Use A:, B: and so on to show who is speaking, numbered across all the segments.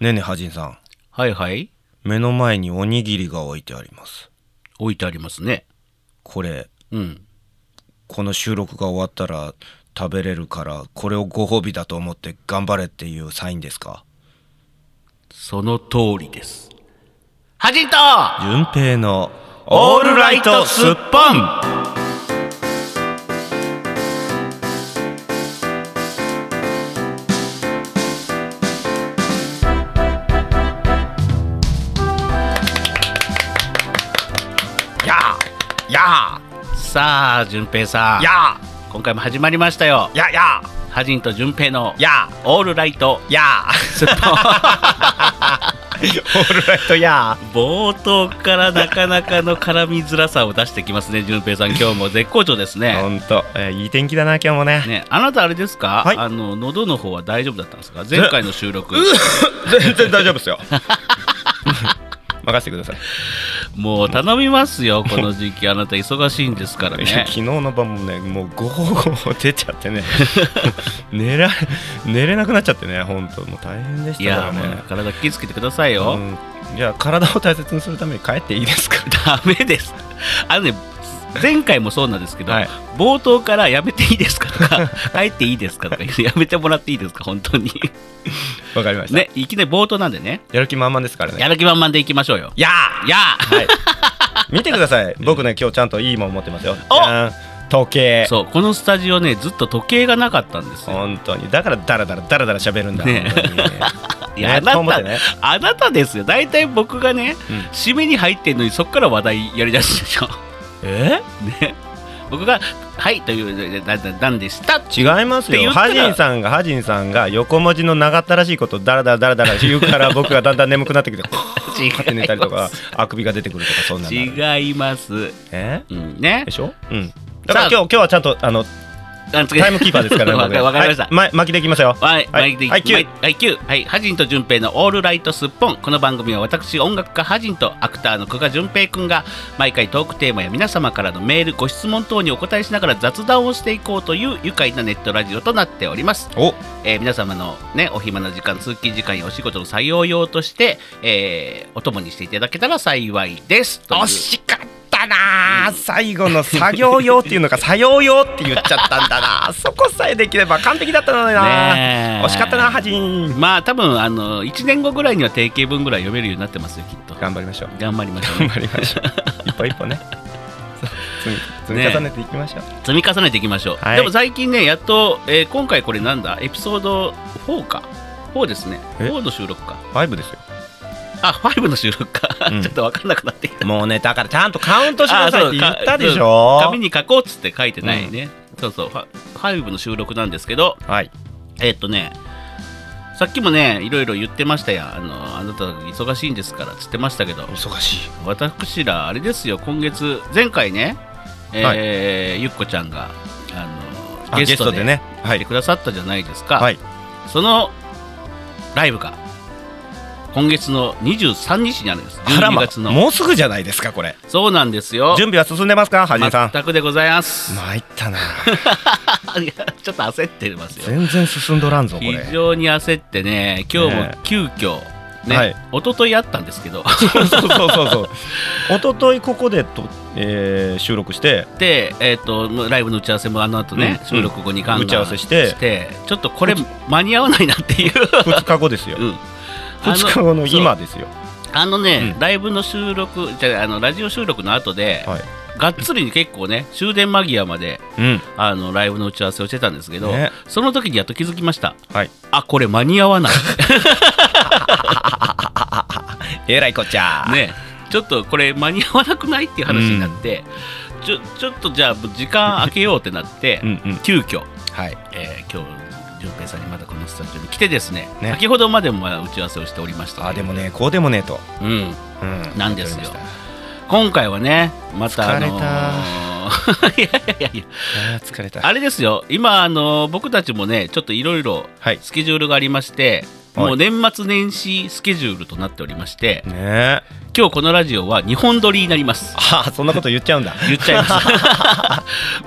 A: ねえねえ、はじんさん。
B: はいはい。
A: 目の前におにぎりが置いてあります。
B: 置いてありますね。
A: これ、
B: うん。
A: この収録が終わったら食べれるから、これをご褒美だと思って頑張れっていうサインですか
B: その通りです。はじんと
A: 順平の
B: オールライトすっぽん
A: やーや
B: さあ、淳平さん。
A: ーや
B: 今回も始まりましたよ
A: ー。やや
B: はじんと淳平の
A: ーや
B: オールライト
A: ーや
B: すっ
A: ーオールライトや
B: ぽん。冒頭からなかなかの絡みづらさを出してきますね、淳 平さん。今日も絶好調です
A: ー。ほ
B: ね。
A: んと、えーいい天気だな、今日もね。
B: ね、あなたあれですか、
A: はい
B: あの喉の方は大丈夫だったんですか前回の収録
A: 全然大丈夫 ですよ。任せてください。
B: もう頼みますよこの時期あなた忙しいんですから
A: いや
B: ね
A: 昨日の晩もねもうゴーゴー出ちゃ ってね寝ら寝れなくなっちゃってね本当もう大変でし
B: い
A: たか
B: や
A: ら
B: もう
A: ね
B: 体気ぃつけてくださいよ、
A: うんじゃあ体を大切にするために帰っていいです か
B: ダメですあのね前回もそうなんですけど、
A: はい
B: 冒頭からやめていいですかとか 帰っていいですかとか言ってやめてもらっていいですか本当に
A: わかりました、
B: ねいきなり冒頭なんでね
A: やる気満々ですからね
B: やる気満々でいきましょうよ
A: いや
B: いや
A: ーはい見てくだ さい僕ね今日ちゃんといいもん持ってますよ
B: お
A: じゃん時計
B: そうこのスタジオねずっと時計がなかったんですよ
A: 本当にだからダラダラダラダラ喋るんだ、
B: ね
A: 本当にね
B: いや
A: ね
B: あな、
A: と思ったてね
B: あなたですよ大体僕がね、
A: うん
B: 締めに入ってんのにそっから話題やりだすでしょ
A: え
B: ね、僕が「はい」というだだなんでしたっ
A: 違
B: て
A: います
B: って
A: よ
B: 言った
A: ハ
B: ら
A: ジンさんがハジンさんが横文字の長ったらしいことダラダラダラダラ言うから僕がだんだん眠くなってきて
B: 違い
A: 勝手に寝たりと
B: ま
A: か あくびが出てくるとかそんな
B: す
A: のある
B: 違います、
A: え
B: うん、ね
A: でしょうんだから
B: さあ
A: 今日今日はちゃんとあ の
B: タ
A: タイムキーパーです からね
B: わ
A: 僕
B: かわかりました、
A: はいま巻きでいきますよ
B: はい、
A: は
B: はいい、
A: は
B: はいい、
A: キュー
B: はい、キューはい、ハジンと淳平のオールライトすっぽん。この番組は私、音楽家ハジンとアクターの久賀淳平くんが、毎回トークテーマや皆様からのメール、ご質問等にお答えしながら雑談をしていこうという愉快なネットラジオとなっております。
A: お
B: えー皆様のね、お暇な時間、通勤時間やお仕事の採用用として、えーお供にしていただけたら幸いです。という
A: 惜しかったなあ最後の作業用っていうのか作業用って言っちゃったんだ なそこさえできれば完璧だったのにな
B: ねえ
A: 惜しかったなハジン
B: まあ多分あの1年後ぐらいには定型文ぐらい読めるようになってますよきっと
A: 頑張りましょう
B: 頑張りましょう
A: 頑
B: ね
A: 張りましょう一歩一歩ねそう積み積み重ねていきましょう、
B: 積み重ねていきましょう、
A: はい
B: でも最近ねやっと、えー今回これなんだエピソード4か4ですね
A: え
B: 4の収録か
A: ファイブですよ
B: あ5の収録か、
A: うん
B: ちょっと分かんなくなってきた
A: もうねだからちゃんとカウントしなさいって言ったでし
B: あそうか
A: ょ
B: 紙に書こうっつって書いてないね、そうそうファ5の収録なんですけど
A: はい
B: えーっとねさっきもねいろいろ言ってましたやんあのあなた忙しいんですからっつってましたけど
A: 忙しい
B: 私らあれですよ今月前回ね、え
A: は
B: ー
A: い
B: ゆっこちゃんがあの
A: ゲストでねは
B: 来て
A: い
B: くださったじゃないですか、
A: はい
B: そのライブが今月の23日にあるんです
A: あら
B: 12
A: ま
B: 月の
A: もうすぐじゃないですかこれ
B: そうなんですよ
A: 準備は進んでますかはじめさん
B: 全くでございます、
A: 参ったな
B: いや ちょっと焦ってますよ
A: 全然進んどらんぞこ
B: 非
A: れ
B: 常に焦ってね今日
A: ね
B: も急遽ね
A: はい
B: 一昨日あったんですけど
A: そうそうそうそうそう一昨日ここでと、えー収録して
B: で、えー、とライブの打ち合わせもあの後ね、
A: うん
B: 収録後にガンガ
A: 打
B: ン
A: ち合わせして
B: ちょっとこれ間に合わないなっ ていう、
A: 2日後ですよ
B: うん、あ
A: 2日後の
B: そう
A: 今ですよ
B: あのね、
A: う
B: ライブの収録じゃああのラジオ収録の後で、
A: はい
B: がっつりに結構ね終電間際まで
A: うん
B: あのライブの打ち合わせをしてたんですけど、
A: ね
B: その時にやっと気づきました
A: はい
B: あこれ間に合わない
A: えらいこっちゃ
B: ねちょっとこれ間に合わなくないっていう話になって、ちょちょっとじゃあ時間空けようってなって、
A: うんうん
B: 急遽、
A: はい
B: えー、今日淳平さんにまだこのスタジオに来てですね
A: ね
B: 先ほどまでもまあ打ち合わせをしておりました
A: あでもねこうでもねえと、
B: うん
A: うん
B: なんですよ
A: わかりました
B: 今回はねまたあのーいやいやいや
A: あー疲れた
B: あれですよ今、あの僕たちもねちょっといろいろ
A: はい
B: スケジュールがありまし
A: は
B: て、
A: い
B: もう年末年始スケジュールとなっておりまして
A: ねえ
B: 今日このラジオは2本撮りになります
A: ああそんなこと言っちゃうんだ
B: 言っちゃいます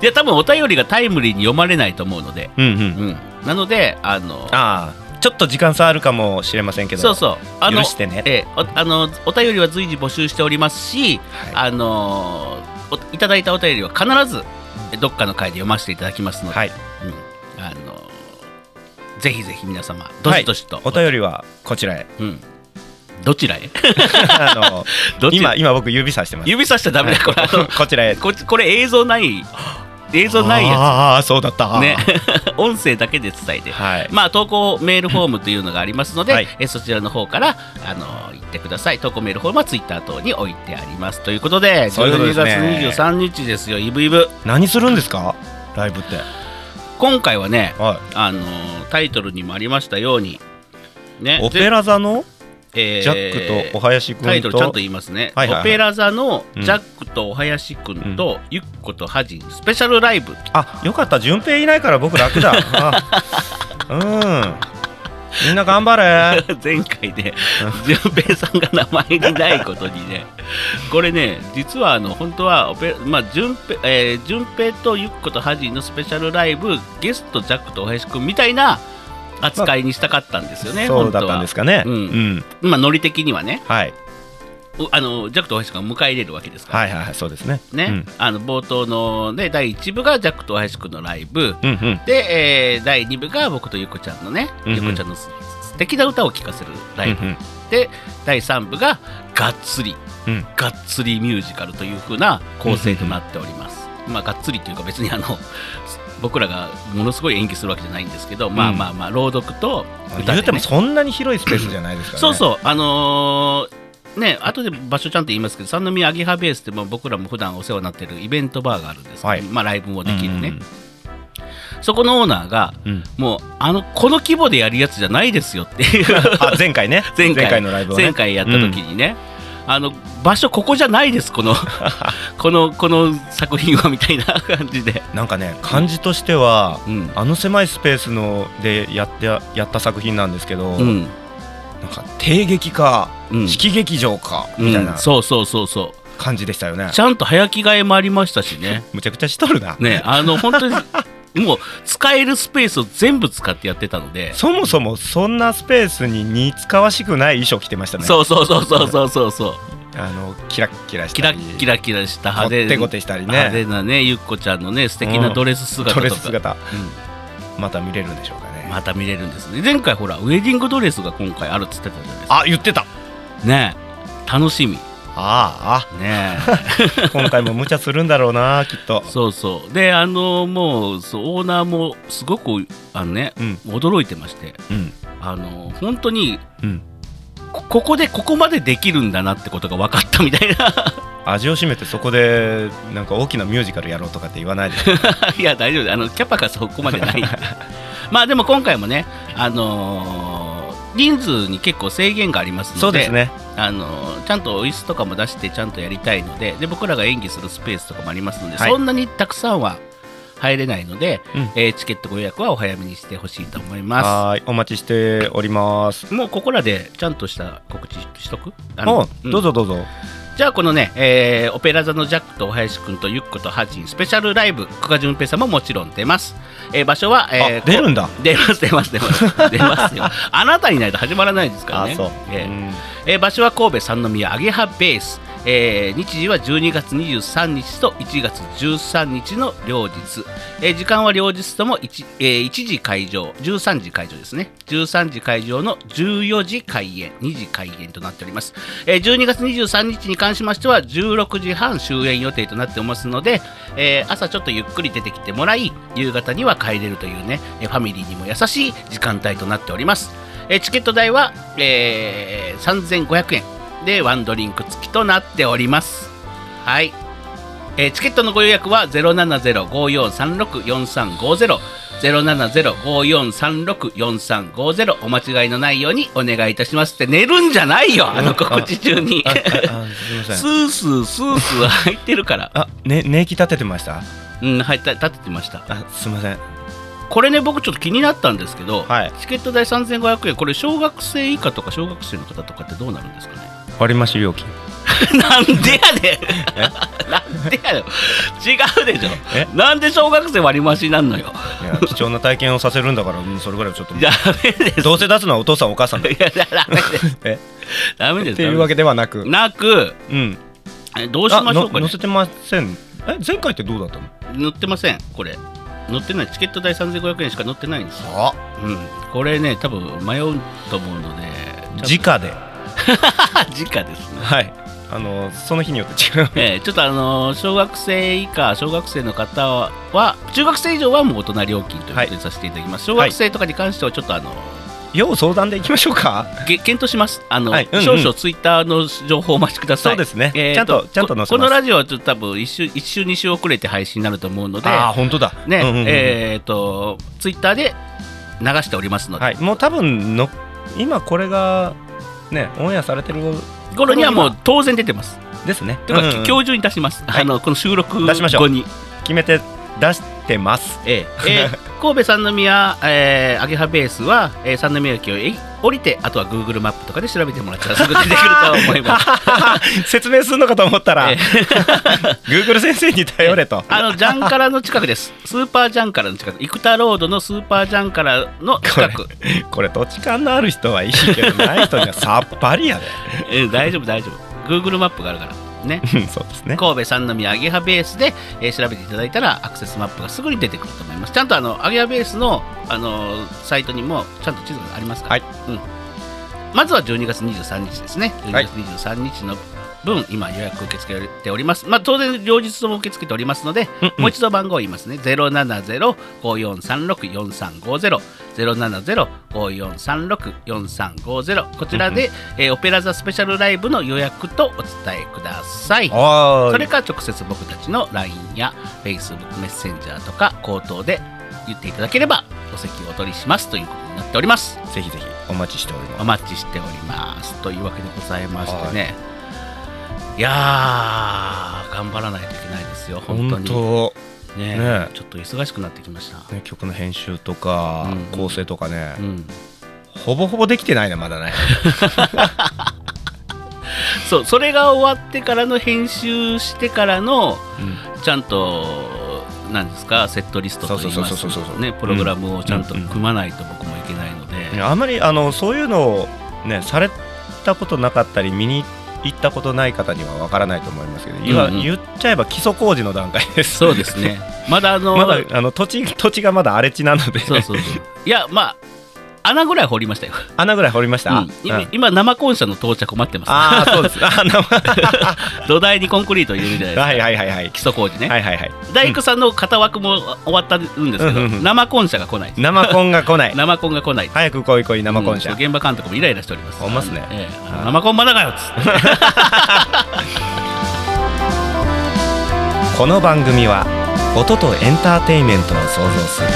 B: いや多分お便りがタイムリーに読まれないと思うので、
A: うんう
B: うんん、なのであの
A: ああちょっと時間差あるかもしれませんけど
B: そうそうあの
A: 許してね
B: ええおあのお便りは随時募集しておりますし、
A: は
B: あのーおいただいたお便りは必ずえどっかの回で読ませていただきますので、
A: はい
B: うんあのーぜひぜひ皆様どしどしと、
A: お便りはこちら へ
B: うん、どちらへ
A: あ
B: ど
A: の
B: ち
A: 今
B: ら
A: 今僕指さしてます
B: 指さしちゃダメだ、これあの
A: こちらへ
B: こっちこれ映像ない映像ないや
A: ああそうだった
B: つね 音声だけで伝えて
A: はい
B: まあ、投稿メールフォームというのがありますので、
A: はい
B: えそちらの方から、あのー言ってください。投稿メールフォームはツイッター等に置いてあります。ということで、
A: そういうこと
B: 12
A: です
B: 月
A: ね
B: 23日ですよ、イブイブ。
A: 何するんですかライブって
B: 今回はね、
A: は
B: あのータイトルにもありましたように、ね
A: い、オペラ座の
B: ぜ
A: ジャックとお林
B: タイ
A: 君
B: ト
A: と
B: ルちゃんと言いますね、
A: はいはいはい
B: オペラ座の
A: う
B: ジ
A: ん
B: ャックとお林くんと、ゆっことハジンスペシャルライブ
A: あよかった順平いないから僕楽 だあうんみんな頑張 れ
B: 前回で純平さんが名前にないことにねこれね実はあの本当はオペ、まあ純平えー純平とゆっことハジンのスペシャルライブゲストジャックとお林くんみたいな扱いにしたかったんですよね、
A: そう
B: 本当
A: だ
B: は
A: ったんですかね
B: うん
A: うん、
B: まあ、ノリ的にはね
A: はいう
B: あのジャックとお林くんを迎え入れるわけですから、
A: はいはいはいそうですね
B: ねあの冒頭の、ね、第1部がジャックとお林くんのライブ
A: うん、うんうん
B: で、えー第2部が僕とゆっこちゃんのね、
A: うんうん
B: ゆっこちゃんの素敵な歌を聴かせるライブ、
A: うんうん
B: で第3部ががっつり、
A: うん
B: がっつりミュージカルという風な構成となっております。まあ、がっつりというか別にあの 僕らがものすごい演技するわけじゃないんですけど、まあまあまあ朗読と歌で、ね、
A: 言うてもそんなに広いスペースじゃないですからね
B: そうそうあのーね後で場所ちゃんと言いますけど三宮アゲハベースってまあ僕らも普段お世話になってるイベントバーがあるんですけど、
A: はい
B: まあライブもできるね、そこのオーナーが
A: うん、うん
B: もうあのこの規模でやるやつじゃないですよっ ていう
A: あ前回ね
B: 前回
A: のライブをね
B: 前回やった時にね、あの場所ここじゃないです このこのこの作品はみたいな 感じで、
A: なんかね感じとしては
B: うん
A: あの狭いスペースのでやってやった作品なんですけど、
B: うん
A: なんか帝劇か、
B: うん
A: 式劇場かみたい
B: うん
A: な
B: そうそうそうそ
A: 感じでしたよね
B: うち、ゃんと早着替えもありましたしね
A: むちゃくちゃしとるな、
B: ねあの本当にもう使えるスペースを全部使ってやってたので、
A: そもそもそんなスペースに似つかわしくない衣装着てましたね
B: そうそうそうそうそうそうそう
A: あのキラッキラし
B: キ
A: た
B: ラ
A: り
B: ッキラキラした
A: こっ
B: 派手
A: てこてしたり
B: 派手
A: ね
B: なねゆっこちゃんのね素敵なドレス姿と
A: ド
B: か、
A: レス姿
B: うん
A: また見れるんでしょうかね、
B: また見れるんですね前回ほらウェディングドレスが今回あるっつってたじゃないですか
A: あ言ってた
B: ねえ楽しみ
A: あ
B: ね
A: あ今回も無茶するんだろうなきっと
B: えそうそうであのもうそうオーナーもすごくあのね
A: うん
B: 驚いてまして
A: うん
B: あの本当に
A: うん
B: こここでここまでできるんだなってことが分かったみたい な
A: 味を占めてそこでなんか大きなミュージカルやろうとかって言わないで
B: いや大丈夫あのキャパがそこまで ないまあでも今回もねあのー人数に結構制限がありますので
A: そうですね
B: あのちゃんと椅子とかも出してちゃんとやりたいのでで僕らが演技するスペースとかもありますので、
A: はい
B: そんなにたくさんは入れないので、
A: うん
B: えーチケットご予約はお早めにしてほしいと思いま
A: はーいお待ちしております
B: す。もうここらでちゃんとした告知しとくあの
A: おどうぞどうぞ
B: うんじゃあこのね、えーオペラ座のジャックとお林くんとゆっことハジンスペシャルライブ久賀淳平さんももちろん出ます、えー場所は、えー
A: あ出るんだ
B: こ出ます出ます出ます出ます よあなたいないと始まらないですからね
A: あそう
B: えー
A: うん
B: えー場所は神戸三宮アゲハベース、えー日時は12月23日と1月13日の両日、えー時間は両日とも 1,、えー1時会場13時会場ですね13時会場の14時開演2時開演となっております、えー12月23日に関しましては16時半終演予定となっておりますので、えー朝ちょっとゆっくり出てきてもらい夕方には帰れるというねえーファミリーにも優しい時間帯となっておりますえーチケット代は、えー3500円でワンドリンク付きとなっておりますはい、えーチケットのご予約は07054364350 07054364350お間違いのないようにお願いいたしますって寝るんじゃないよあの告知中に
A: あああすみませ
B: ス
A: ん
B: ースースースー入ってるから
A: あね寝息立ててました
B: うん入った立ててました
A: あすみません
B: これね僕ちょっと気になったんですけど、
A: はい
B: チケット代3500円これ小学生以下とか小学生の方とかってどうなるんですかね
A: 割増料金
B: なんでやねん なんでやねん違うでし
A: え
B: ょなんで小学生割り増しなんのよ
A: いや貴重な体験をさせるんだから、うんそれぐらいはちょっと
B: ダメです
A: どうせ出すのはお父さんお母さんだ
B: いやダメです
A: え
B: ダメです
A: っていうわ
B: け
A: けではなく、
B: なく
A: うん、
B: えどうしましょうか
A: あの
B: ね
A: 載せてませんえ前回ってどうだったの
B: 載ってませんこれ載ってないチケット代3500円しか載ってないんですよ、
A: あ
B: うん、これね多分迷うと思うので
A: 直で
B: 時価ですね
A: はいあのその日によって違う
B: えーちょっとあのー小学生以下小学生の方は中学生以上はもう大人料金ということでさせていただきます、小
A: はい
B: 学生とかに関してはちょっとあのー
A: 要相談でいきましょうか
B: げ検討しますあの、
A: はいうんうん
B: 少々ツイッターの情報をお待ちください
A: そうですね
B: えー
A: ちゃんとちゃんと載せます
B: ここのラジオはちょっと多分一週一週2週遅れて配信になると思うので
A: ああ本当だ
B: ね、
A: うんうんうん
B: えっ、とツイッターで流しておりますので、
A: はいもう多分の今これがねオンエアされてる
B: 頃にはもう当然出てます。
A: ですね
B: という
A: う
B: か、
A: んうん
B: 今日中に出します。
A: はい
B: あのこの収録
A: 出しましょ
B: 後
A: う
B: に。
A: 決めて出してます
B: ええええ神戸三宮、ええ、アゲハベースは、ええ、三宮駅をえ降りてあとは Google マップとかで調べてもらったらすぐ出てくると思 います。
A: 説明するのかと思ったら、
B: え
A: Google 先生に頼れと、
B: あのジャンカラの近くです。スーパージャンカラの近く、生田ロードのスーパージャンカラの近く。
A: これ土地勘のある人はいいけどない人にはさっぱりや で
B: ええ大丈夫大丈夫。Google マップがあるからね。
A: うんそうですね
B: 神戸三宮アゲハベースで、えー調べていただいたらアクセスマップがすぐに出てくると思いますちゃんとあのアゲハベースの、あのーサイトにもちゃんと地図がありますから、うん、まずは12月23日ですね12
A: はい
B: 月23日の分、今予約受け付けております、まあ、当然両日とも受け付けておりますので、
A: うんうん
B: もう一度番号を言いますね070-5436-4350 070-5436-4350こちらで、えーオペラ座スペシャルライブの予約とお伝えください
A: あ
B: それ
A: あ
B: か直接僕たちの LINE や Facebook メッセンジャーとか口頭で言っていただければお席をお取りしますということになっております
A: ぜひぜひお待ちしております
B: お待ちしておりますというわけでございましてね、い、やー頑張らないといけないですよ本当に
A: 本
B: ね
A: ね
B: ちょっと忙しくなってきました、
A: 当ね曲の編集とか、
B: うん
A: 構成とかね、
B: うん、
A: ほぼほぼできてないねまだね
B: そうそれが終わってからの編集してからのちゃんとなんですかセットリストといい
A: そ
B: ま
A: うそうそうそうそう
B: す
A: そう
B: ねプログラムをちゃんと
A: うんうんうん
B: 組まないと僕もいけないので、
A: ねあんまりあのそういうのをねされたことなかったり見に行ったことない方にはわからないと思いますけど、今
B: うんうん
A: 言っちゃえば基礎工事の段階です
B: そうですね。まだあの、
A: まだあの土地土地がまだ荒れ地なので
B: そうそうそう。いや、まあ、穴ぐらい掘りましたよ。
A: 穴ぐらい掘りました、
B: うん
A: うん
B: 今今、生コン車の到着を待ってま
A: ああそうですあーな
B: す。土台にコンクリートを入れるじゃないですか。
A: はいはいはいはい
B: 基礎工事ね、
A: はいはいはい
B: 大工さんの型枠も終わったんですけど、
A: うんうんうん
B: 生コン車が来ないです。
A: 生コンが来ない
B: 生コンが来ない。
A: 早く来い来い生コンじゃ、
B: うん現場監督もイライラしております。
A: ほんまっすね
B: ええ
A: はい
B: 生コンまだかよっつって。
A: この番組は音とエンターテインメントを創造する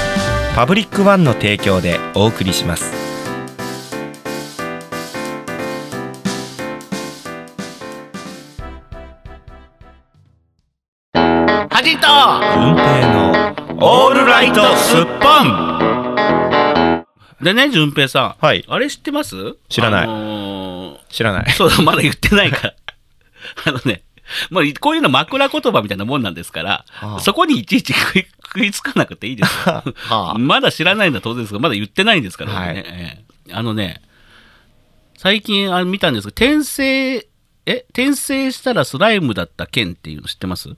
A: パブリックワンの提供でお送りします
B: はじっと
A: 運平のオールライトすっぽん
B: でね、順平さん。
A: はい
B: あれ知ってます
A: 知らない
B: あのー
A: 知らない
B: そうだ、まだ言ってないから。 あのね、もうこういうの枕言葉みたいなもんなんですから、
A: はあ
B: そこにいちいち食い食いつかなくていいですよ。
A: は
B: まだ知らないのは当然ですが、まだ言ってないんですから、
A: はい
B: ねええあのね、最近あの見たんですけど、転生、え転生したらスライムだった剣っていうの知ってます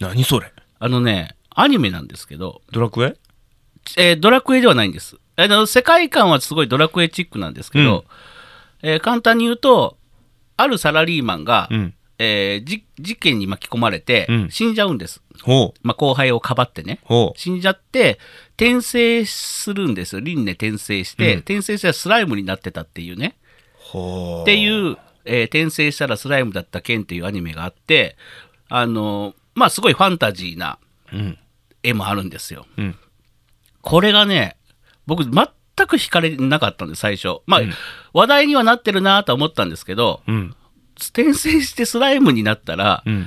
A: 何それ
B: あのね、アニメなんですけど、
A: ドラクエ
B: えードラクエではないんです。あの世界観はすごいドラクエチックなんですけど、えー簡単に言うと、あるサラリーマンが、
A: うん
B: えーじ事件に巻き込まれて
A: うん
B: 死んじゃうんです、
A: ほう
B: まあ、後輩をかばってね
A: ほ
B: 死んじゃって転生するんですよ輪廻転生して、
A: うん
B: 転生したらスライムになってたっていうね
A: うほう
B: っていう、えー転生したらスライムだった剣っていうアニメがあってあのーまあすごいファンタジーな
A: うん
B: 絵もあるんですよ
A: うん
B: これがね僕全く惹かれなかったんです最初まあ、話題にはなってるなとは思ったんですけど
A: うん
B: 転生してスライムになったら、
A: うん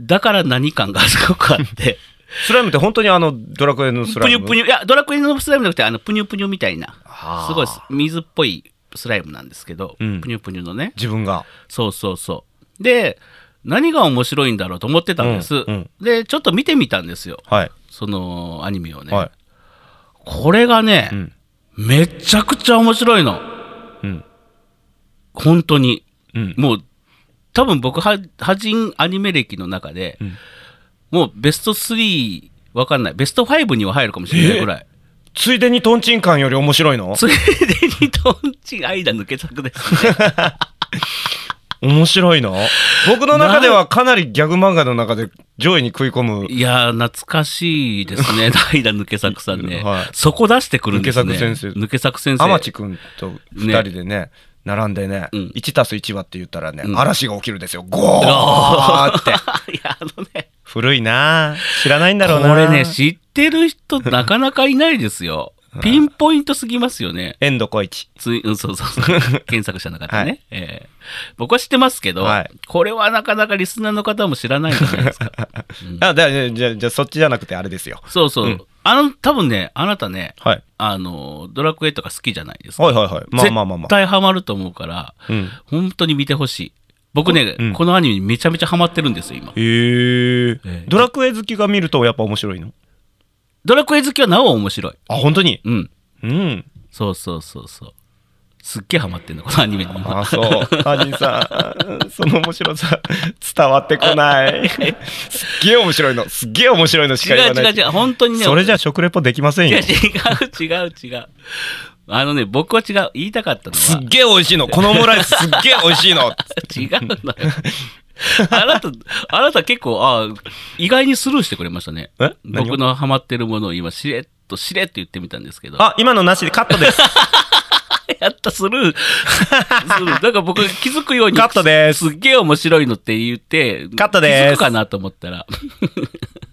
B: だから何感がすごくあって、
A: スライムって本当にあのドラクエの ス
B: ぷ
A: ラ
B: に
A: イ
B: ゅ
A: ム
B: ぷにゅ、いや、ドラクエのスライムじゃなくて、あの、ぷにゅぷにゅみたいな、
A: あー
B: すごい水っぽいスライムなんですけど、
A: うん
B: ぷにゅぷにゅのね、
A: 自分が
B: そうそうそう。で何が面白いんだろうと思ってたんです、
A: うんうん
B: でちょっと見てみたんですよ
A: はい
B: そのアニメをね、
A: はい
B: これがね、
A: ん
B: めちゃくちゃ面白いの
A: うん
B: 本当に
A: うん
B: もう多分僕は覇人アニメ歴の中で、
A: ん
B: もうベスト3わかんないベスト5には入るかもしれないぐらい
A: ついでにトンチンカンより面白いの
B: ついでにトンチ間抜け作です ね
A: 面白いの僕の中ではかなりギャグ漫画の中で上位に食い込む
B: いやー懐かしいで すね間抜け作さんね、
A: はい
B: そこ出してくるんですね
A: 抜け作先生
B: 抜け作先生
A: 天地君と二人でね並んでね、
B: うん
A: 1たす1はって言ったらね、
B: うん
A: 嵐が起きるんですよゴーって
B: いやあのね
A: 古いなあ知らないんだろうな
B: これね知ってる人なかなかいないですよピンポイントすぎますよね
A: 遠藤浩一
B: つい、うん、そうそう そう。検索者の方ね。ええ僕は知ってますけど、
A: はい
B: これはなかなかリスナーの方も知らないんじゃないですか。
A: あだじゃあじゃあじゃあそっちじゃなくてあれですよ
B: そうそう。
A: うん
B: あの、多分ね、あなたね、
A: はい
B: あの、ドラクエとか好きじゃないですか。
A: はいはいはいまあまあまあま
B: 絶
A: あ
B: 対ハマると思うから、
A: うん
B: 本当に見てほしい。僕ね、
A: うん
B: このアニメにめちゃめちゃハマってるんですよ、
A: へ
B: 今。
A: え
B: ええ
A: ドラクエ好きが見るとやっぱ面白いの
B: ドラクエ好きはなお面白い。
A: あ本当に
B: うん。
A: うん
B: そうそうそうそう。すっげえハマってんの、このアニメに今。
A: あそうハジンさん その面白さ伝わってこ ないすっげえ面白いのすっげえ面白いのし
B: 違
A: か言わ
B: う
A: ない
B: 違う違う、本当にね、
A: それじゃ食レポできません
B: 違う
A: よ
B: 違う違う違うあのね僕は違う言いたかったの
A: すっ
B: は
A: げえ美味しいのこのオムライスすっげえ美味しいの
B: 違うのよあなたあなた結構あ意外にスルーしてくれましたね
A: え何を
B: 僕のハマってるものを今しれっとしれっと言ってみたんですけ ど
A: あ今のなしでカットです
B: やったス ルースルーなんか僕が気づくように
A: カットです
B: すっげえ面白いのって言って
A: カットです
B: 気づくかなと思っ たら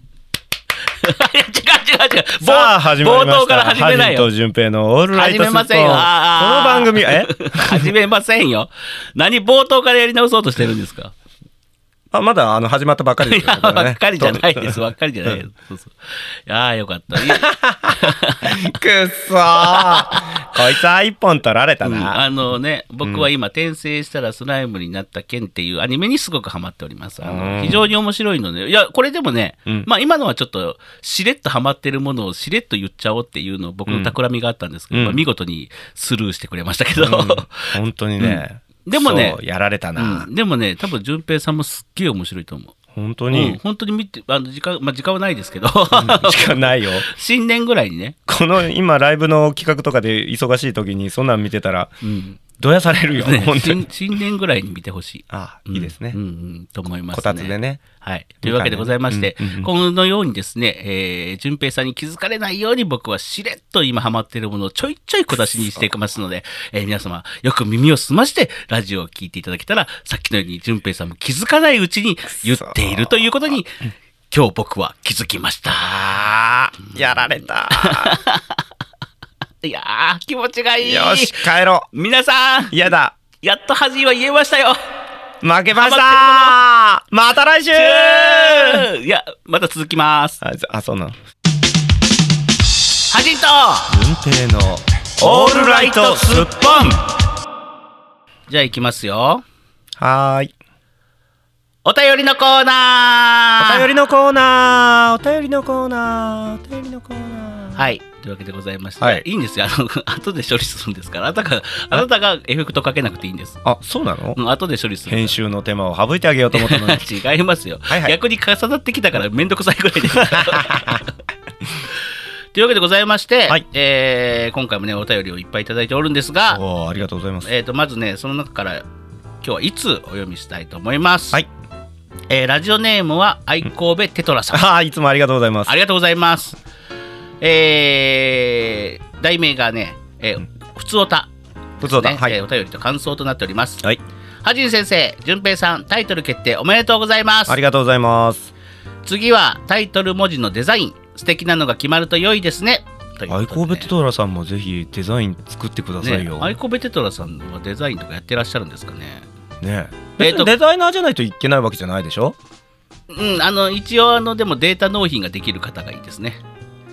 B: いや違う違う違う冒
A: さあ始まりま
B: 冒
A: し
B: 頭か
A: た
B: ら始めな
A: ハジン
B: いよ
A: と順平のオールライ
B: 始
A: ト
B: め
A: スッポン
B: ませんよ。
A: この
B: あー
A: 番組え
B: 始めませんよ。何冒頭からやり直そうとしてるんですか。
A: あまだあの始まったばっかりで
B: い
A: すよねこ
B: や、
A: れね
B: ばっかりじゃないです。ばっかりじゃないです。そうそういやー、よかった。い や
A: くっそーこいつは一本取られた
B: うん
A: な、
B: あのね、僕は今、転生したらスライムになった剣っていうアニメにすごくハマっております。あ
A: う
B: の
A: ん
B: 非常に面白いので、いや、これでもね、
A: うん
B: まあ今のはちょっと、しれっとハマってるものをしれっと言っちゃおうっていうのを僕の企みがあったんですけど、
A: うん
B: まあ見事にスルーしてくれましたけ ど、
A: 本当にね、
B: うんでもね
A: そうやられたな、
B: うんでもね、多分順平さんもすっげえ面白いと思う。
A: 本当
B: うん
A: に、
B: 本当に見てあの時間、まあ、時間はないですけど、
A: しかないよ
B: 新年ぐらいにね、
A: この今ライブの企画とかで忙しい時にそんなん見てたら
B: うん
A: どやされるよ、
B: ね
A: 本当に
B: 新新年ぐらいに見てほしい。
A: あいいですね、
B: うんうん、と思いますね。
A: こたつでね
B: はい。というわけでございまして、
A: みかんねうんうん
B: このようにですね、えー、順平さんに気づかれないように僕はしれっと今ハマっているものをちょいちょい小出しにしていきますので、えー皆様よく耳を澄ましてラジオを聞いていただけたら、さっきのように順平さんも気づかないうちに言っているということに、今日僕は気づきました。
A: あーやられた
B: いやー、気持ちがいい。
A: よし帰ろ
B: 皆さん
A: う、嫌だ
B: やっと恥は言えましたよ。
A: 負けましたまた来週
B: いや、また続きます。
A: あ、あそうなの
B: 恥と、
A: 文平のオールライトスッポン
B: じゃあ行きますよ。
A: はーい
B: お便りのコーナー
A: お便りのコーナーお便りのコーナーお便りのコーナー
B: はい。というわけでございまして、
A: はいい、
B: いんですよ。あの、後で処理するんですから。あなたが、あなたがエフェクトかけなくていいんです。
A: あそうなの
B: うん、後で処理する。
A: 編集の手間を省いてあげようと思ったのに
B: 違いますよ、
A: はいはい
B: 逆に重なってきたからめんどくさいぐらいです というわけでございまして、
A: はい
B: えー今回もねお便りをいっぱいいただいておるんですが、
A: おー ありがとうございます
B: えー、とまずねその中から今日はいつお読みしたいと思います、
A: はい
B: えーラジオネームは愛神戸テトラさん
A: あーいつもありがとうございます
B: ありがとうございますえー題名がね、えー普通おた
A: 普通だ
B: ね
A: はい
B: えーお便りと感想となっております
A: はい
B: はじん先生淳平さんタイトル決定おめでとうございます
A: ありがとうございます
B: 次はタイトル文字のデザイン素敵なのが決まると良いですねとい
A: ア
B: う
A: イ
B: こと
A: コ
B: で
A: ベテトラさんもぜひデザイン作ってくださいよ
B: ね、アイコベテトラさんはデザインとかやってらっしゃるんですかね
A: ね
B: え
A: え
B: ーと
A: デザイナーじゃないといけないわけじゃないでしょ
B: うん、あの一応あのでもデータ納品ができる方がいいですね。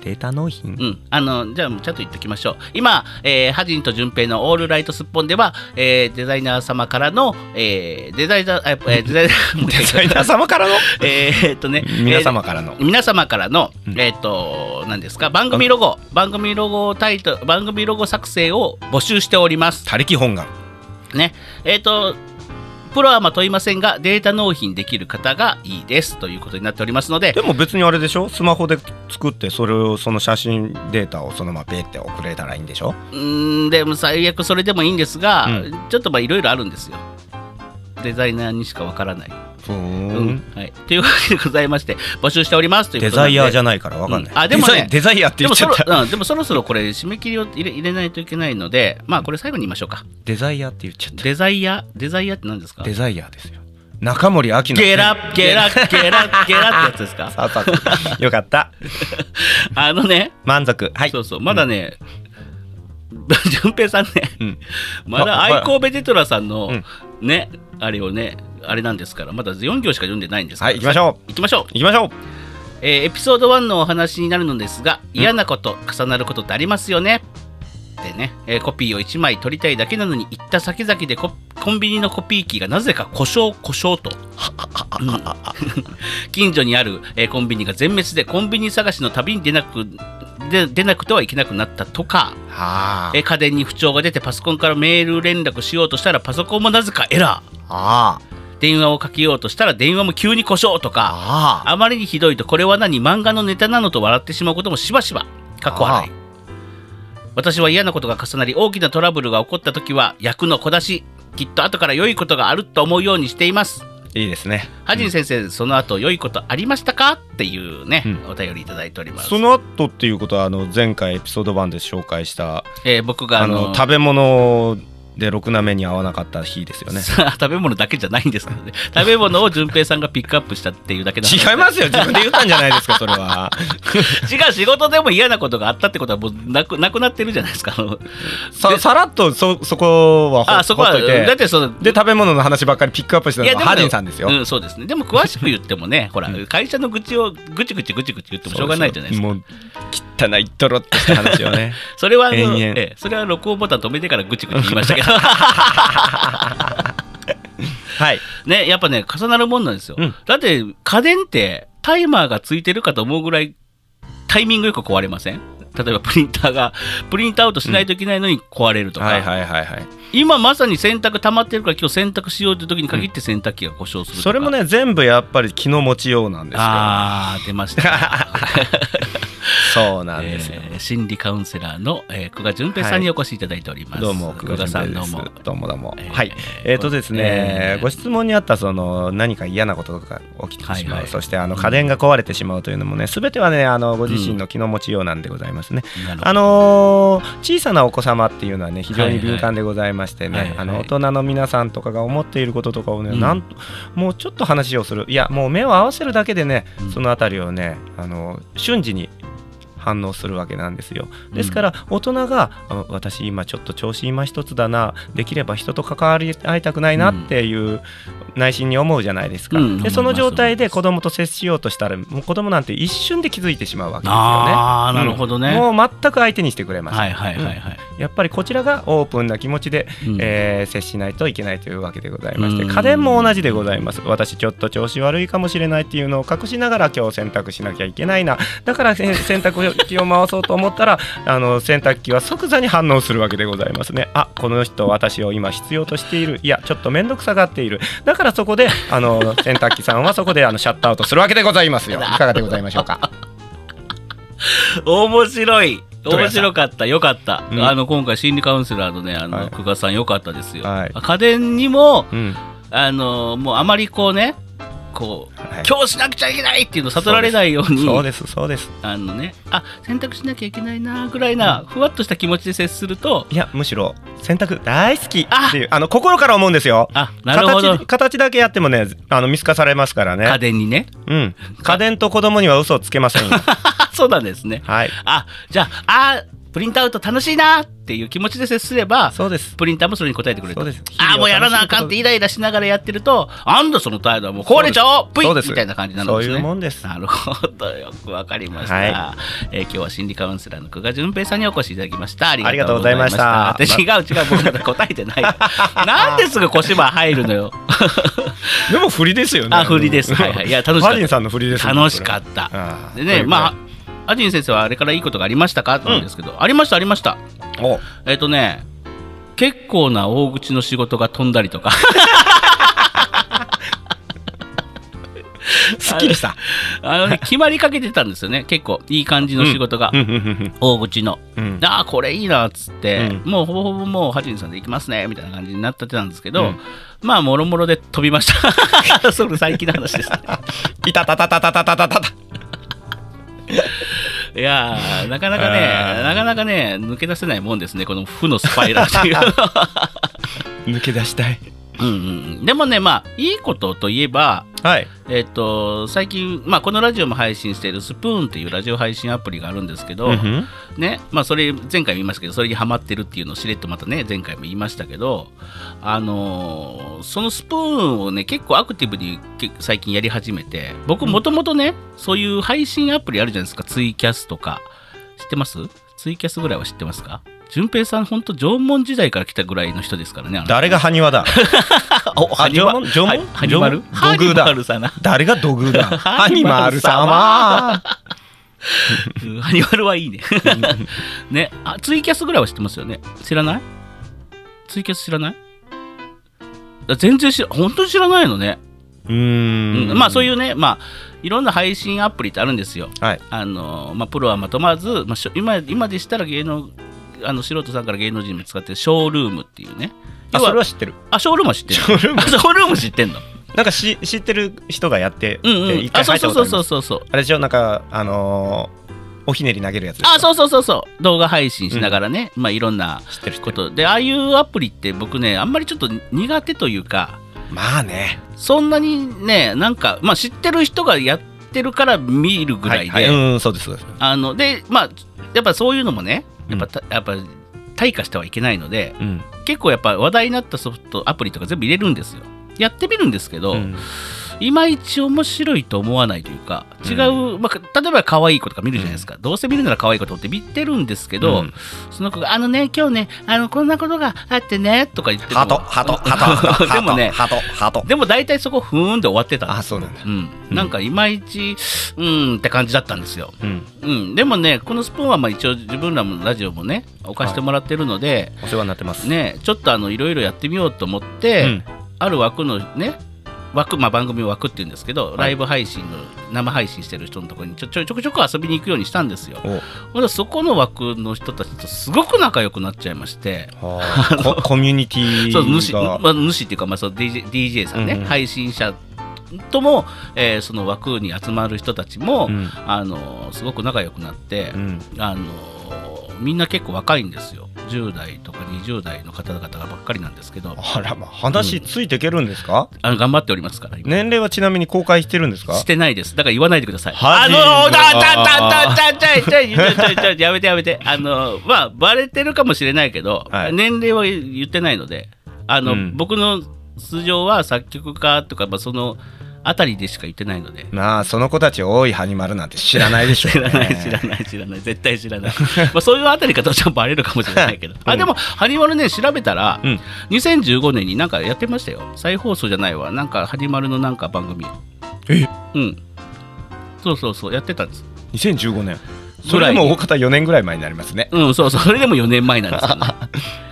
A: デデータ納品、
B: うん、あのじゃあもうちゃんと言っておきましょう今、えー、ハジンと順平の「オールライトスッポン」では、えーデザイナー様からの、えーデザイナーあえーデザイナ ーもう一回
A: デザイナー様からの
B: え ーえーっとね
A: 皆様からの
B: えー皆様からの、
A: うん
B: えーっと何ですか番組ロゴ番組ロゴタイトル番組ロゴ作成を募集しております
A: 他力本願
B: ねえっ、とプロはまあ問いませんがデータ納品できる方がいいですということになっておりますので
A: でも別にあれでしょスマホで作ってそれをその写真データをそのままペって送れたらいいんでしょ
B: うーんでも最悪それでもいいんですが、
A: う
B: ちょっとまあいろいろあるんですよデザイナーにしかわからない、
A: ふー
B: うん
A: ん
B: はい、というわけでございまして募集しておりますという
A: デ
B: こと
A: ザイアーじゃ
B: な
A: ないからわかんない、
B: うんあでもね
A: デザイデザイアーって言
B: でも
A: っち
B: そ
A: ゃっ
B: ろ、
A: た
B: うん、でもそろそろこれ締め切りを入れ入れないといけないのでまあこれ最後に言いましょうか
A: デザイアーって言っちゃった
B: デザイアデザイアって何ですか
A: デザイアーですよ中森明菜
B: ゲラゲラゲラゲラってやつですか
A: さあさあよかった
B: あのね
A: 満足はい
B: そうそうまだね、順平さんね、
A: うん
B: まだ
A: あ
B: 愛子ベテトラさんの
A: うん
B: ね、あれをねあれなんですからまだ4行しか読んでないんですから
A: はい行きましょ
B: 行きましょう
A: う行きましょう
B: えーエピソード1のお話になるのですが嫌なこと重なることってありますよねでね、えーコピーを1枚取りたいだけなのに行った先々でココンビニのコピー機がなぜか故障故障と、うん 近所にある、えーコンビニが全滅でコンビニ探しの旅に出なくで出なくてはいけなくなったとか、
A: はあ
B: えー家電に不調が出てパソコンからメール連絡しようとしたらパソコンもなぜかエラー
A: あ
B: 電話をかけようとしたら電話も急に故障とか
A: ああ
B: あまりにひどいとこれは何漫画のネタなのと笑ってしまうこともしばしば過去
A: ああ
B: 払い私は嫌なことが重なり大きなトラブルが起こった時は役の小出しきっと後から良いことがあると思うようにしています
A: いいですね
B: ハジン先生、その後良いことありましたかっていうね、
A: うん
B: お便りいただいております
A: その後っていうことはあの前回エピソード1で紹介した
B: えー僕が
A: あ
B: あの
A: の食べ物でろくな目に合わなかった日ですよね
B: 食べ物だけじゃないんですけどね食べ物を順平さんがピックアップしたっていうだけの話
A: 違いますよ自分で言ったんじゃないですかそれは
B: 違う仕事でも嫌なことがあったってことはもうなくなくなってるじゃないですかあの
A: ささらっとそそこはほ
B: あそこは
A: ほっといて
B: だってその
A: で食べ物の話ばっかりピックアップしてたのはハデンさんですよ、
B: うん、そうですね。でも詳しく言ってもね、ほら、会社の愚痴をぐちぐちぐちぐち言ってもしょうがないじゃないですか。
A: もう汚いドロッとした話を ね
B: それはあの、
A: 延々
B: ええそれは録音ボタン止めてからぐちぐち言いましたけど、
A: はい
B: ね、やっぱね、重なるもんなんですよ。
A: うん
B: だって、家電ってタイマーがついてるかと思うぐらい、タイミングよく壊れません例えばプリンターがプリントアウトしないといけないのに壊れるとか、
A: はいはいはいはい
B: 今まさに洗濯溜まってるから今日洗濯しようという時に限って洗濯機が故障するとか、
A: それもね全部やっぱり気の持ちようなんですよ
B: ああ出ました
A: そうなんですよ、
B: えー心理カウンセラーの、えー、久我淳平さんにお越しいただいております。
A: どうも久
B: 久
A: 我
B: 我
A: さ
B: さ
A: ん
B: んど
A: で
B: う
A: す
B: も。
A: どうもどうも、
B: えー
A: はいえっ、とですね、
B: えー
A: ご質問にあったその何か嫌なことが起きてしまう、
B: はいはい
A: そしてあの家電が壊れてしまうというのもね全てはねあのご自身の気の持ちようなんでございますね、
B: なるほど
A: あのー小さなお子様っていうのはね非常に敏感でございましてね、
B: はいはい
A: あ
B: は
A: の
B: い
A: 大人の皆さんとかが思っていることとかをね、
B: うん
A: なんともうちょっと話をするいやもう目を合わせるだけでね、
B: うん
A: その辺りをねあの瞬時に反応するわけなんですよですから大人が「あ私今ちょっと調子今一つだなできれば人と関わり合いたくないな」っていう内心に思うじゃないですか、
B: うん思いま
A: ですその状態で子供と接しようとしたらもう子供なんて一瞬で気づいてしまうわけですよね。
B: ああなるほどね。
A: もう全く相手にしてくれません、
B: はいはいはいはい。
A: やっぱりこちらがオープンな気持ちで、
B: うん
A: えー接しないといけないというわけでございまして
B: うん
A: 家電も同じでございます私ちょっと調子悪いかもしれないっていうのを隠しながら今日洗濯しなきゃいけないなだからせ 洗濯機を回そうと思ったらあの洗濯機は即座に反応するわけでございますねあこの人私を今必要としているいやちょっと面倒くさがっているだからそこであの洗濯機さんはそこであのシャットアウトするわけでございますよいかがでございましょうか
B: 面白い。
A: どうや
B: 面
A: った
B: 白かった、よかった、
A: うん
B: あの今回心理カウンセラーのね、あの、
A: はい
B: 久我さんよかったですよ。
A: はい
B: 家電にも、
A: うん、
B: あのもうあまりこうね、こう、
A: はい
B: 今日しなくちゃいけないっていうのを悟られないように、
A: そうですそうです
B: あのね、あ洗濯しなきゃいけないなぐらいな、ふわっとした気持ちで接すると、
A: いやむしろ洗濯大好きっていうあの心から思うんですよ
B: あなるほど
A: 形。形だけやってもねあの見透かされますから
B: 家
A: ね
B: 電にね。
A: うん 家電と子供には嘘をつけませんよ
B: あそうなんですね。
A: はい
B: あじゃああープリントアウト楽しいなっていう気持ちで接すれば
A: そうです
B: プリンターもそれに応えてくれる
A: そうです
B: ああもうやらなあかんってイライラしながらやってるとあんだその態度はもう壊れちゃおうぷい
A: そう
B: み
A: です
B: たいな感じになるん
A: そう
B: です
A: いう
B: ね
A: もんです
B: なるほどよくわかりました、
A: は
B: えー今日は心理カウンセラーの久我淳平さんにお越しいただきましたあ
A: りがとうございました
B: りがとうございました で違う違う僕まだ答え てないなんですぐ小芝入るのよ
A: でも振りですよね
B: あ振りですはいはいいや楽しかっ
A: フ
B: た
A: ァジンさんの振りですもん
B: 楽しかった
A: これあ
B: でね、まあ、アジン先生はあれからいいことがありましたかと思うんですけど、ありました、ありました。
A: あお
B: えっ、とね、結構な大口の仕事が飛んだりとか、
A: すっきりした
B: あのね、決まりかけてたんですよね、結構いい感じの仕事が、
A: うんうんうん
B: 大口の。
A: うんうん
B: ああ、これいいなっつって、
A: う
B: もうほぼほぼもう、ハジンさんで行きますねみたいな感じになってたんですけど、
A: うん
B: まあ、もろもろで飛びました。 それ最近の話です、ね。
A: いたたたたたたたたた
B: いやー、なかなかね、
A: あー
B: なかなかね、抜け出せないもんですね、この負のスパイラルっていう。
A: 抜け出したい
B: うんうんうん、でもねまあいいことといえば
A: はい
B: えっ、と最近、まあ、このラジオも配信しているスプーンっていうラジオ配信アプリがあるんですけど、
A: うんうん
B: ねまあ、それ前回も言いましたけどそれにハマってるっていうのをしれっとまたね前回も言いましたけど、あのーそのスプーンをね結構アクティブにけ最近やり始めて僕もともとね、そういう配信アプリあるじゃないですかツイキャスとか知ってますツイキャスぐらいは知ってますか順平さん本当縄文時代から来たぐらいの人ですからねあの人
A: 誰が埴輪だ
B: お、
A: あ縄文縄文
B: ハニマル
A: 縄文土偶だ
B: ハニマルさんな。
A: 誰が土偶だ
B: ハ
A: ハ
B: ニ
A: ニ
B: マ
A: マ
B: ル
A: ル
B: 様
A: 様
B: うんハニマルはいいね。 ね、あ、ツイキャスぐらいは知ってますよね。知らないツイキャス知らないあ全然知ら、本当に知らないのね。
A: うー
B: うんんまあそう
A: う
B: いうね、まあ、いろんな配信アプリってあるんですよ。
A: はい
B: あのまあ、プロはまとまず、まあ、しょ今今でしたら芸能あの素人さんから芸能人も使ってるショールームっていうね。
A: あ
B: 要
A: それ
B: は
A: は知ってる
B: あショールームは知って る。
A: ショールーム
B: あショールーム知ってんの。
A: なんかし知ってる人がやって
B: うんう
A: で
B: ん
A: 一。
B: あ、
A: 回
B: そ
A: 入
B: う
A: っ
B: そ
A: た
B: う
A: こと
B: そ
A: ありま
B: うそう
A: す
B: そうそう。
A: あれでしょなんかあのーおひねり投げるやつでしょ
B: あそうそうそうそう動画配信しながらね、まあいろんな
A: 知ってる知って
B: こ
A: る
B: とでああいうアプリって僕ねあんまりちょっと苦手というか
A: まあね
B: そんなにねなんかまあ知ってる人がやってるから見るぐらいで、
A: ははうんそうですそうです
B: あのでまあやっぱそういうのもねやっぱ
A: うん
B: た、やっぱ退化してはいけないので
A: うん
B: 結構やっぱ話題になったソフトアプリとか全部入れるんですよやってみるんですけど、
A: うん
B: いまいち面白いと思わないというか違う、まあ、例えば可愛い子とか見るじゃないですか、どうせ見るなら可愛い子と思って見てるんですけど、
A: うん
B: その子が「あのね今日ねあのこんなことがあってね」とか言っても
A: ハトハトハト
B: でもね
A: ハトハト
B: でも大体そこふーんで終わってたんで
A: あ
B: す
A: そうなんだ
B: うん、
A: うん
B: なんかいまいちうーんって感じだったんですよ、
A: うん
B: うん、でもねこのスプーンはまあ一応自分らもラジオもね置かしてもらってるので、
A: お世話になってます
B: ねちょっとあのいろいろやってみようと思って、
A: うん
B: ある枠のね枠、まあ、番組を枠っていうんですけど、
A: い
B: ライブ配信の生配信してる人のところにちょちょちょくちょく遊びに行くようにしたんですよ。
A: お
B: ほんでそこの枠の人たちとすごく仲良くなっちゃいまして。
A: はあ ココミュニティ
B: そう主
A: が
B: まあ、主っていうか、まあ、そう DJ, DJ さんね、
A: うんうん
B: 配信者とも、えーその枠に集まる人たちも、
A: うん
B: あのすごく仲良くなって
A: う、ん
B: あのみんな結構若いんですよ10代とか20代の方々がばっかりなんですけど
A: あらまあ話ついていけるんですか
B: あの頑張っておりますから今
A: 年齢はちなみに公開してるんですか
B: してないです。だから言わないでください。あ
A: 恥
B: の
A: じ
B: ー、だだだだだだだだだだやめてやめて。あのー、まあ、バレてるかもしれないけど、
A: はい
B: 年齢は言ってないので、あの、
A: うん
B: 僕の素性は作曲家とか、まあ、そのあたりでしか言ってないので。
A: まあその子たち多いハニマルなんて知らないでしょ
B: 知
A: うね
B: らない知らない知らない絶対知らないまあそういうあたりかどうしてもバレるかもしれないけど、あでもハニマルね調べたら、
A: うん
B: 2015年になんかやってましたよ再放送じゃないわなんかハニマルのなんか番組
A: え
B: うんそうそうそうやってたんです
A: 2015年
B: ぐ
A: そ
B: ら
A: れ
B: い
A: でも大方4年ぐらい前になりますね
B: うん、そうそう、それでも4年前なんですよ、ね。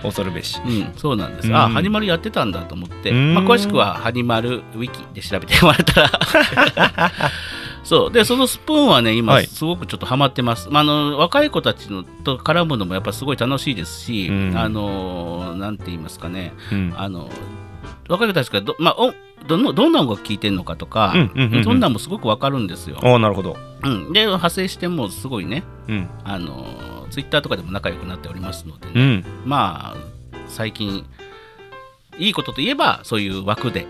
A: 恐るべし
B: うん、そうなんです。
A: うん
B: あ、ハニマルやってたんだと思って、
A: うん
B: まあ、詳しくはハニマルウィキで調べてもらったら。 そうでそのスプーンはね今
A: はい
B: すごくちょっとハマってます、まあ、あの若い子たちのと絡むのもやっぱすごい楽しいですし、
A: うん
B: あのなんて言いますかね
A: うん
B: あの若い子たちがど,、まあ、おどのどんな音楽聴いてるのかとか、
A: うんうんうんうん
B: そんなんもすごくわかるんですよ、
A: おーなるほど
B: うん、で派生してもすごいね
A: うん
B: あのツイッターとかでも仲良くなっておりますのでね、
A: うん
B: まあ最近いいことといえばそういう枠で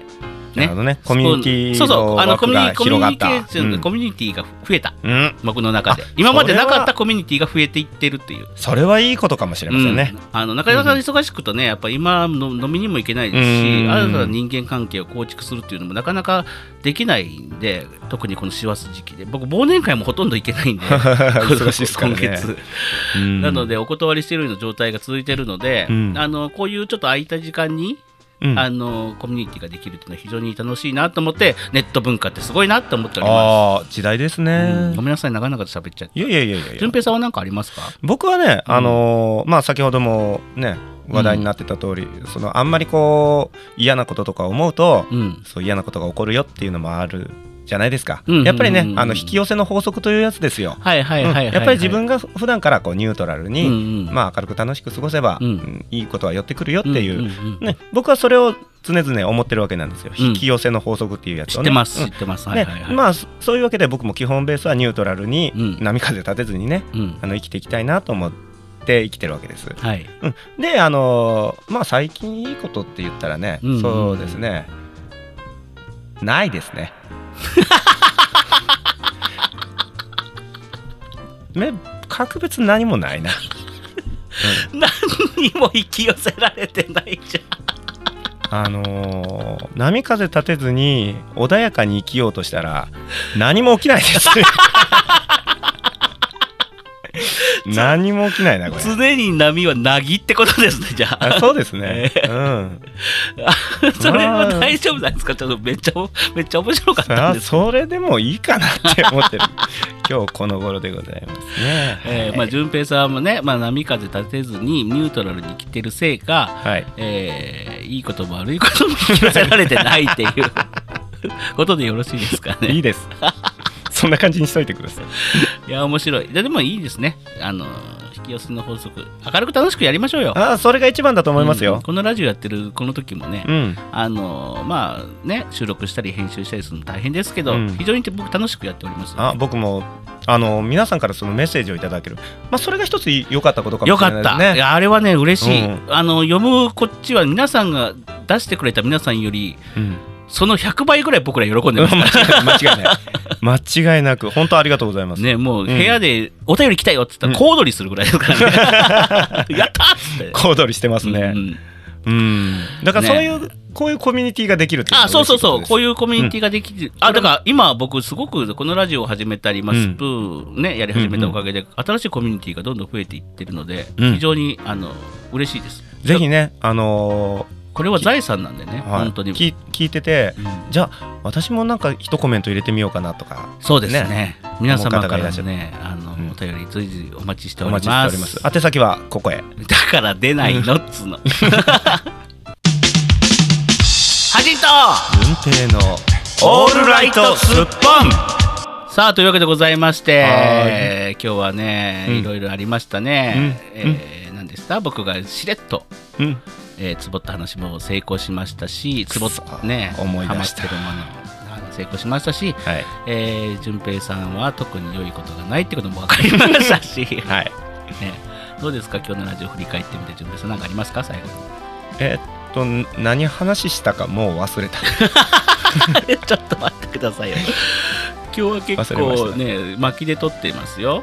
A: なる
B: ね
A: ほどねコミュニティ
B: そうそう
A: の
B: あのコ
A: 枠
B: ミュ
A: が
B: ニコミ
A: 広
B: ュ
A: が
B: ニ
A: っ
B: ケ
A: た
B: ーション
A: うん
B: コミュニティが増えた
A: うん
B: 僕の中で
A: あ
B: 今までなかっ
A: それ
B: た
A: は
B: コミュニティが増えていってるっていう
A: それはいいことかもしれませんね、
B: うんあの中山さん忙しくとね、やっぱ今の飲みにも行けないですし、
A: うん
B: 新たな人間関係を構築するっていうのもなかなかできないんで、特にこの師走時期で、僕、忘年会もほとんど行けない んで、
A: 忙しいっすからね
B: 今月。
A: うん
B: なので、お断りしてるような状態が続いてるので、
A: うん
B: あのこういうちょっと空いた時間に、
A: うん
B: あのコミュニティができるっていうのは非常に楽しいなと思って、ネット文化ってすごいなと思っておりま
A: あー時代ですね、
B: す。うんごめんなさい、長々と喋っちゃって。
A: いやいやいやいやいや
B: 順平さんは何かありますか
A: 僕はね、あのーまあ先ほどもね話題になってた通り、そのあんまりこう嫌なこととか思うと、
B: うん。
A: そう嫌なことが起こるよっていうのもあるじゃないですか、
B: うんうんうんうん
A: やっぱりねあの引き寄せの法則というやつですよ、
B: はいはいはいはい、はい
A: うんやっぱり自分が普段からこうニュートラルに、
B: うんうん
A: まあ、明るく楽しく過ごせば、
B: うん
A: うんいいことは寄ってくるよっていう、
B: んんん
A: ね、僕はそれを常々思ってるわけなんですよ、
B: うん
A: 引き寄せの法則っていうやつ
B: 知
A: を、ね、
B: ってます、
A: うん
B: 知ってます、はい
A: ね
B: はいはい、
A: まあそそういうわけで僕も基本ベースはニュートラルに
B: うん
A: 波風立てずにね、
B: うん
A: あの生きていきたいなと思って生きてるわけです。
B: はい
A: うん、であのまあ最近いいことって言ったらね、
B: うんうんうん
A: そうですねないです ね。ね格別何もないな。
B: 何にも引き寄せられてないじ
A: あのー波風立てずに穏やかに生きようとしたら何も起きない です。何も起きないな
B: ゃん
A: これ。
B: 常に波はなぎってことですねじゃあ
A: あそうです ね。うん。
B: それは大丈夫なんですかちょっとめっちゃめっちゃ面白かったん
A: さあ
B: です
A: それでもいいかなって思ってる 今日この頃でございますね。
B: えーまあ、順平さんもね、まあ、波風立てずにニュートラルに生きてるせいか、
A: はい、
B: えーいいことも悪いことも引き寄せられてないっていう ことでよろしいですかね
A: いいです。 そんな感じにしといてください。
B: いや面白いででもいいですねあの引き寄せの法則明るく楽しくやりましょうよ
A: ああそれが一番だと思います
B: うん
A: よ。
B: このラジオやってるこの時もね、
A: うん。
B: あのまあね収録したり編集したりするの大変ですけど、
A: うん
B: 非常に僕楽しくやっております
A: あ僕もあの皆さんからそのメッセージをいただける。まあそれが一つ良かったことかも
B: よ
A: しれ
B: か
A: ない
B: っ
A: です
B: た、い
A: ね。
B: やあれはね嬉しい、
A: う
B: あの読むこっちは皆さんが出してくれた皆さんより
A: うん
B: その100倍ぐらい僕ら喜んでます、
A: 間違いない。間違いなく本当ありがとうございます。
B: ねも
A: うん
B: う部屋でお便り来たよって言ったら小躍りするぐらいですからね、 やったーっつって
A: 小躍りしてますね
B: う。ん
A: うん。だからそういうこういうコミュニティができるっていうの
B: あ
A: は
B: そうそうそう
A: 嬉しい
B: こ
A: こ
B: ういうコミュニティができて、あだから今僕すごくこのラジオを始めたり、まあ、
A: うん
B: スプーンねやり始めたおかげで、新しいコミュニティがどんどん増えていってるので、
A: うん
B: 非常にあの嬉しいです
A: とぜひねあの
B: これは財産なんでね、
A: ーはい
B: 本当に、
A: 聞聞いてて
B: うん
A: じゃあ私もなんか一コメント入れてみようかなとか
B: そうですね皆様
A: 思
B: か
A: う方がいら
B: ら
A: っしゃ
B: の
A: る
B: ねあの、
A: うん
B: お便り随時お待ちしてお
A: お
B: りま
A: 待ちし
B: す
A: ております宛先はここへ
B: だから出ないのっ つうのはじんと
A: 文平のオールライトスッポン
B: さあというわけでございまして、
A: はーい
B: えー今日はね、
A: うん
B: いろいろありましたね、
A: うん
B: えー何でした僕がしれっと、
A: うん
B: えー、つぼった話も成功しましたしつぼっ
A: くそ
B: ね
A: 思い出した
B: ハマってるものあの成功しましたし、
A: はい
B: えー、順平さんは特に良いことがないってことも分かりましたし、ね、
A: はい
B: どうですか今日のラジオ振り返ってみて順平さん何かありますか最後に
A: えーっと何話したかもう忘れ た
B: ちょっと待ってくださいよ今日は結
A: 忘れまし
B: 構
A: た
B: ね巻きで撮っていますよ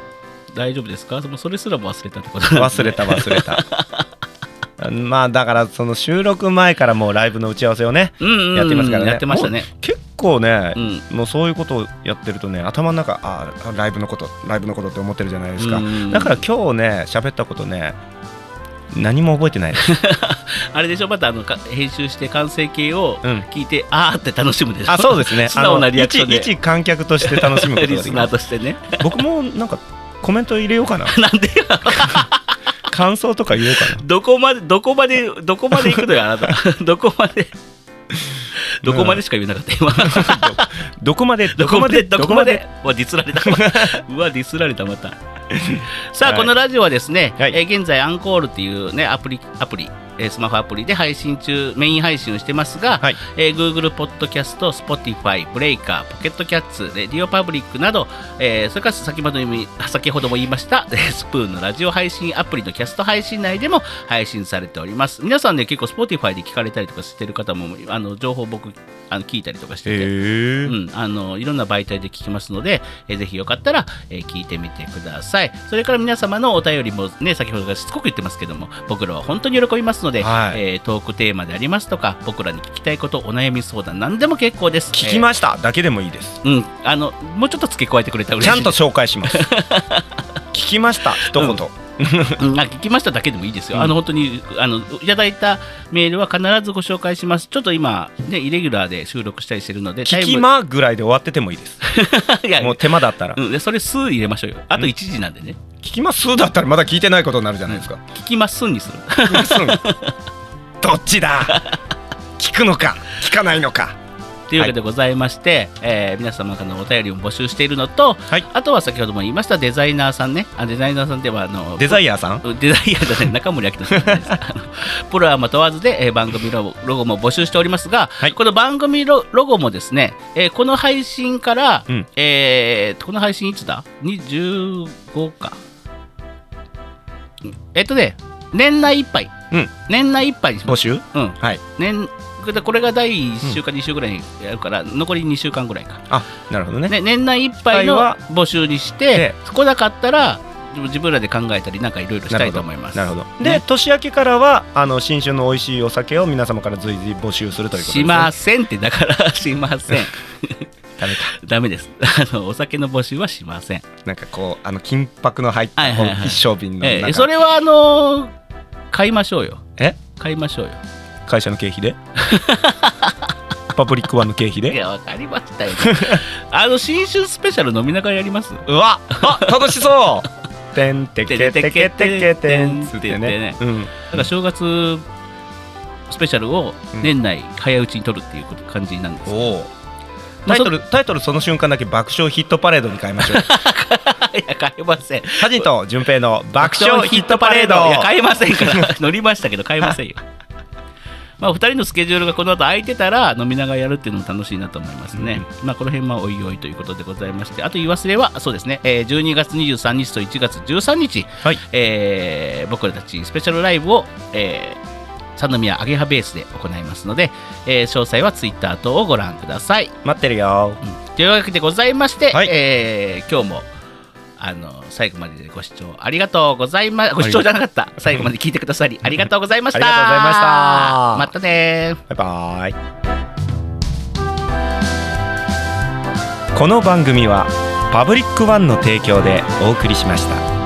B: 大丈夫ですかもうそれすらも忘れたってことなんで
A: 忘れた忘れたまあだからその収録前からもうライブの打ち合わせをね
B: うんうんうん
A: やってますからね
B: やってましたね。
A: 結構ね
B: う、ん。
A: もうそういうことをやってるとね頭の中あーライブのことライブのことって思ってるじゃないですか、
B: うん
A: だから今日ね喋ったことね何も覚えてない です、
B: あれでしょまたあのか編集して完成形を
A: うん
B: 聞いて、あーって楽しむでしょ。
A: あそうですね
B: 素
A: あ
B: 直
A: の
B: なリアクションで
A: 一一観客として楽しむことがで
B: リ
A: き
B: ス
A: ま
B: ナー
A: す
B: としてね。
A: 僕もなんかコメント入れようかな
B: なんでよ
A: 感想とか言おうかな
B: どこまでどこまでどこまで行くのよあなた。 どこまでどこまでしか言えなかった今。
A: どこまで
B: どこまでどこまでうわディスられたうわディスられたまたさあ、
A: はい
B: このラジオはですね、
A: はい
B: えー現在アンコールっていうねアプリアプリえースマホアプリで配信中メイン配信をしてますが、
A: はい
B: えー Google ポッドキャスト Spotify ブレイカーポケットキャッツレディオパブリックなど、えーそれから先ほども言い先ほども言いました えースプーンのラジオ配信アプリのキャスト配信内でも配信されております皆さんね結構 Spotify で聞かれたりとかしてる方もあの情報僕あの聞いたりとかしてて、
A: へえ
B: うん、あのいろんな媒体で聞きますので、えーぜひよかったら、えー聞いてみてくださいそれから皆様のお便りもね先ほどからしつこく言ってますけども僕らは本当に喜びますので、
A: はい
B: えートークテーマでありますとか僕らに聞きたいことお悩み相談何でも結構です
A: 聞きましただけでもいいです
B: えーうんあのもうちょっと付け加えてくれたら
A: ち
B: 嬉
A: ゃ
B: しい
A: んと紹介します 聞きました一言、
B: うんうんあ聞きましただけでもいいですよ、
A: うん
B: あの本当にあのいただいたメールは必ずご紹介します、ちょっと今、ね、イレギュラーで収録したりしてるので、
A: 聞きまぐらいで終わっててもいいです
B: タイムいや
A: もう手間だったら、
B: うん、でそれ、数入れましょうよ、あ
A: う
B: と
A: ん
B: 1時なんでね、
A: 聞きますだったらまだ聞いてないことになるじゃないですか、
B: 聞きますにする、
A: 聞きますどっち だ聞くのか聞かないのか
B: というわけでございまして、えー皆様からのお便りを募集しているのと、
A: はい
B: あとは先ほども言いましたデザイナーさんね、あデザイナーさんではあの
A: デザイヤーさん
B: デザイアじゃない中森明人さ んですあのプロはま問わずで、えー番組ロゴロゴも募集しておりますが、
A: はい
B: この番組ロロゴもですね、えーこの配信から、
A: うん
B: えーこの配信いつだ ?25 か。うんえっとね、年内いっぱい。
A: うん
B: 年内いっぱいにしま
A: 募
B: す。
A: 集
B: うん
A: はい
B: 年でこれが第1週か2週ぐらいにやるから、残り2週間ぐらいか。
A: あなるほどね
B: ね、年内いっぱいの募集にして
A: え、
B: 来なかったら、自分らで考えたり、なんかいろいろしたいと思います。
A: なるほどで、
B: ね
A: 年明けからはあの新酒の美味しいお酒を皆様から随時募集するということです、ね、
B: しませんって、だから、 しません。 ダメです。あの、お酒の募集はしません。
A: なんかこうあの金箔の入っ
B: はい
A: た
B: はいはい
A: 一升瓶の
B: え
A: 中
B: えそれは、あのー買いましょうよ。
A: え
B: 買いましょうよ。
A: 会社の経費でパブリックワンの経費
B: い
A: で
B: や、わかりましたよ。 あの、新春スペシャル飲みながらやります
A: うわあ楽しそうてんてけてけてけてんつってねうん
B: だから正月スペシャルを年内早打ちに撮るっていうこと感じなんです、 い
A: おおタイトルタイトルその瞬間だけ爆笑ヒットパレードに変えましょう
B: や買えません
A: ハジンと順平の爆笑ヒットパレード
B: いや買えませんから 乗りましたけど買えませんよ まあお二人のスケジュールがこの後空いてたら飲みながらやるっていうのも楽しいなと思いますね、まあこの辺はおいおいということでございましてあと言い忘れはそうですね、えー12月23日と1月13日、
A: はい
B: えー僕らたちスペシャルライブを、えー三宮アゲハベースで行いますので、えー詳細はツイッター等をご覧ください。
A: 待ってるよ
B: というわけでございまして、
A: はい
B: えー今日もあの最後までご視聴ありがとうございまご視聴じゃな かった最後まで聞いてくださりありがとうございました
A: ありがとうございました
B: またねー
A: バイバイこの番組はパブリックワンの提供でお送りしました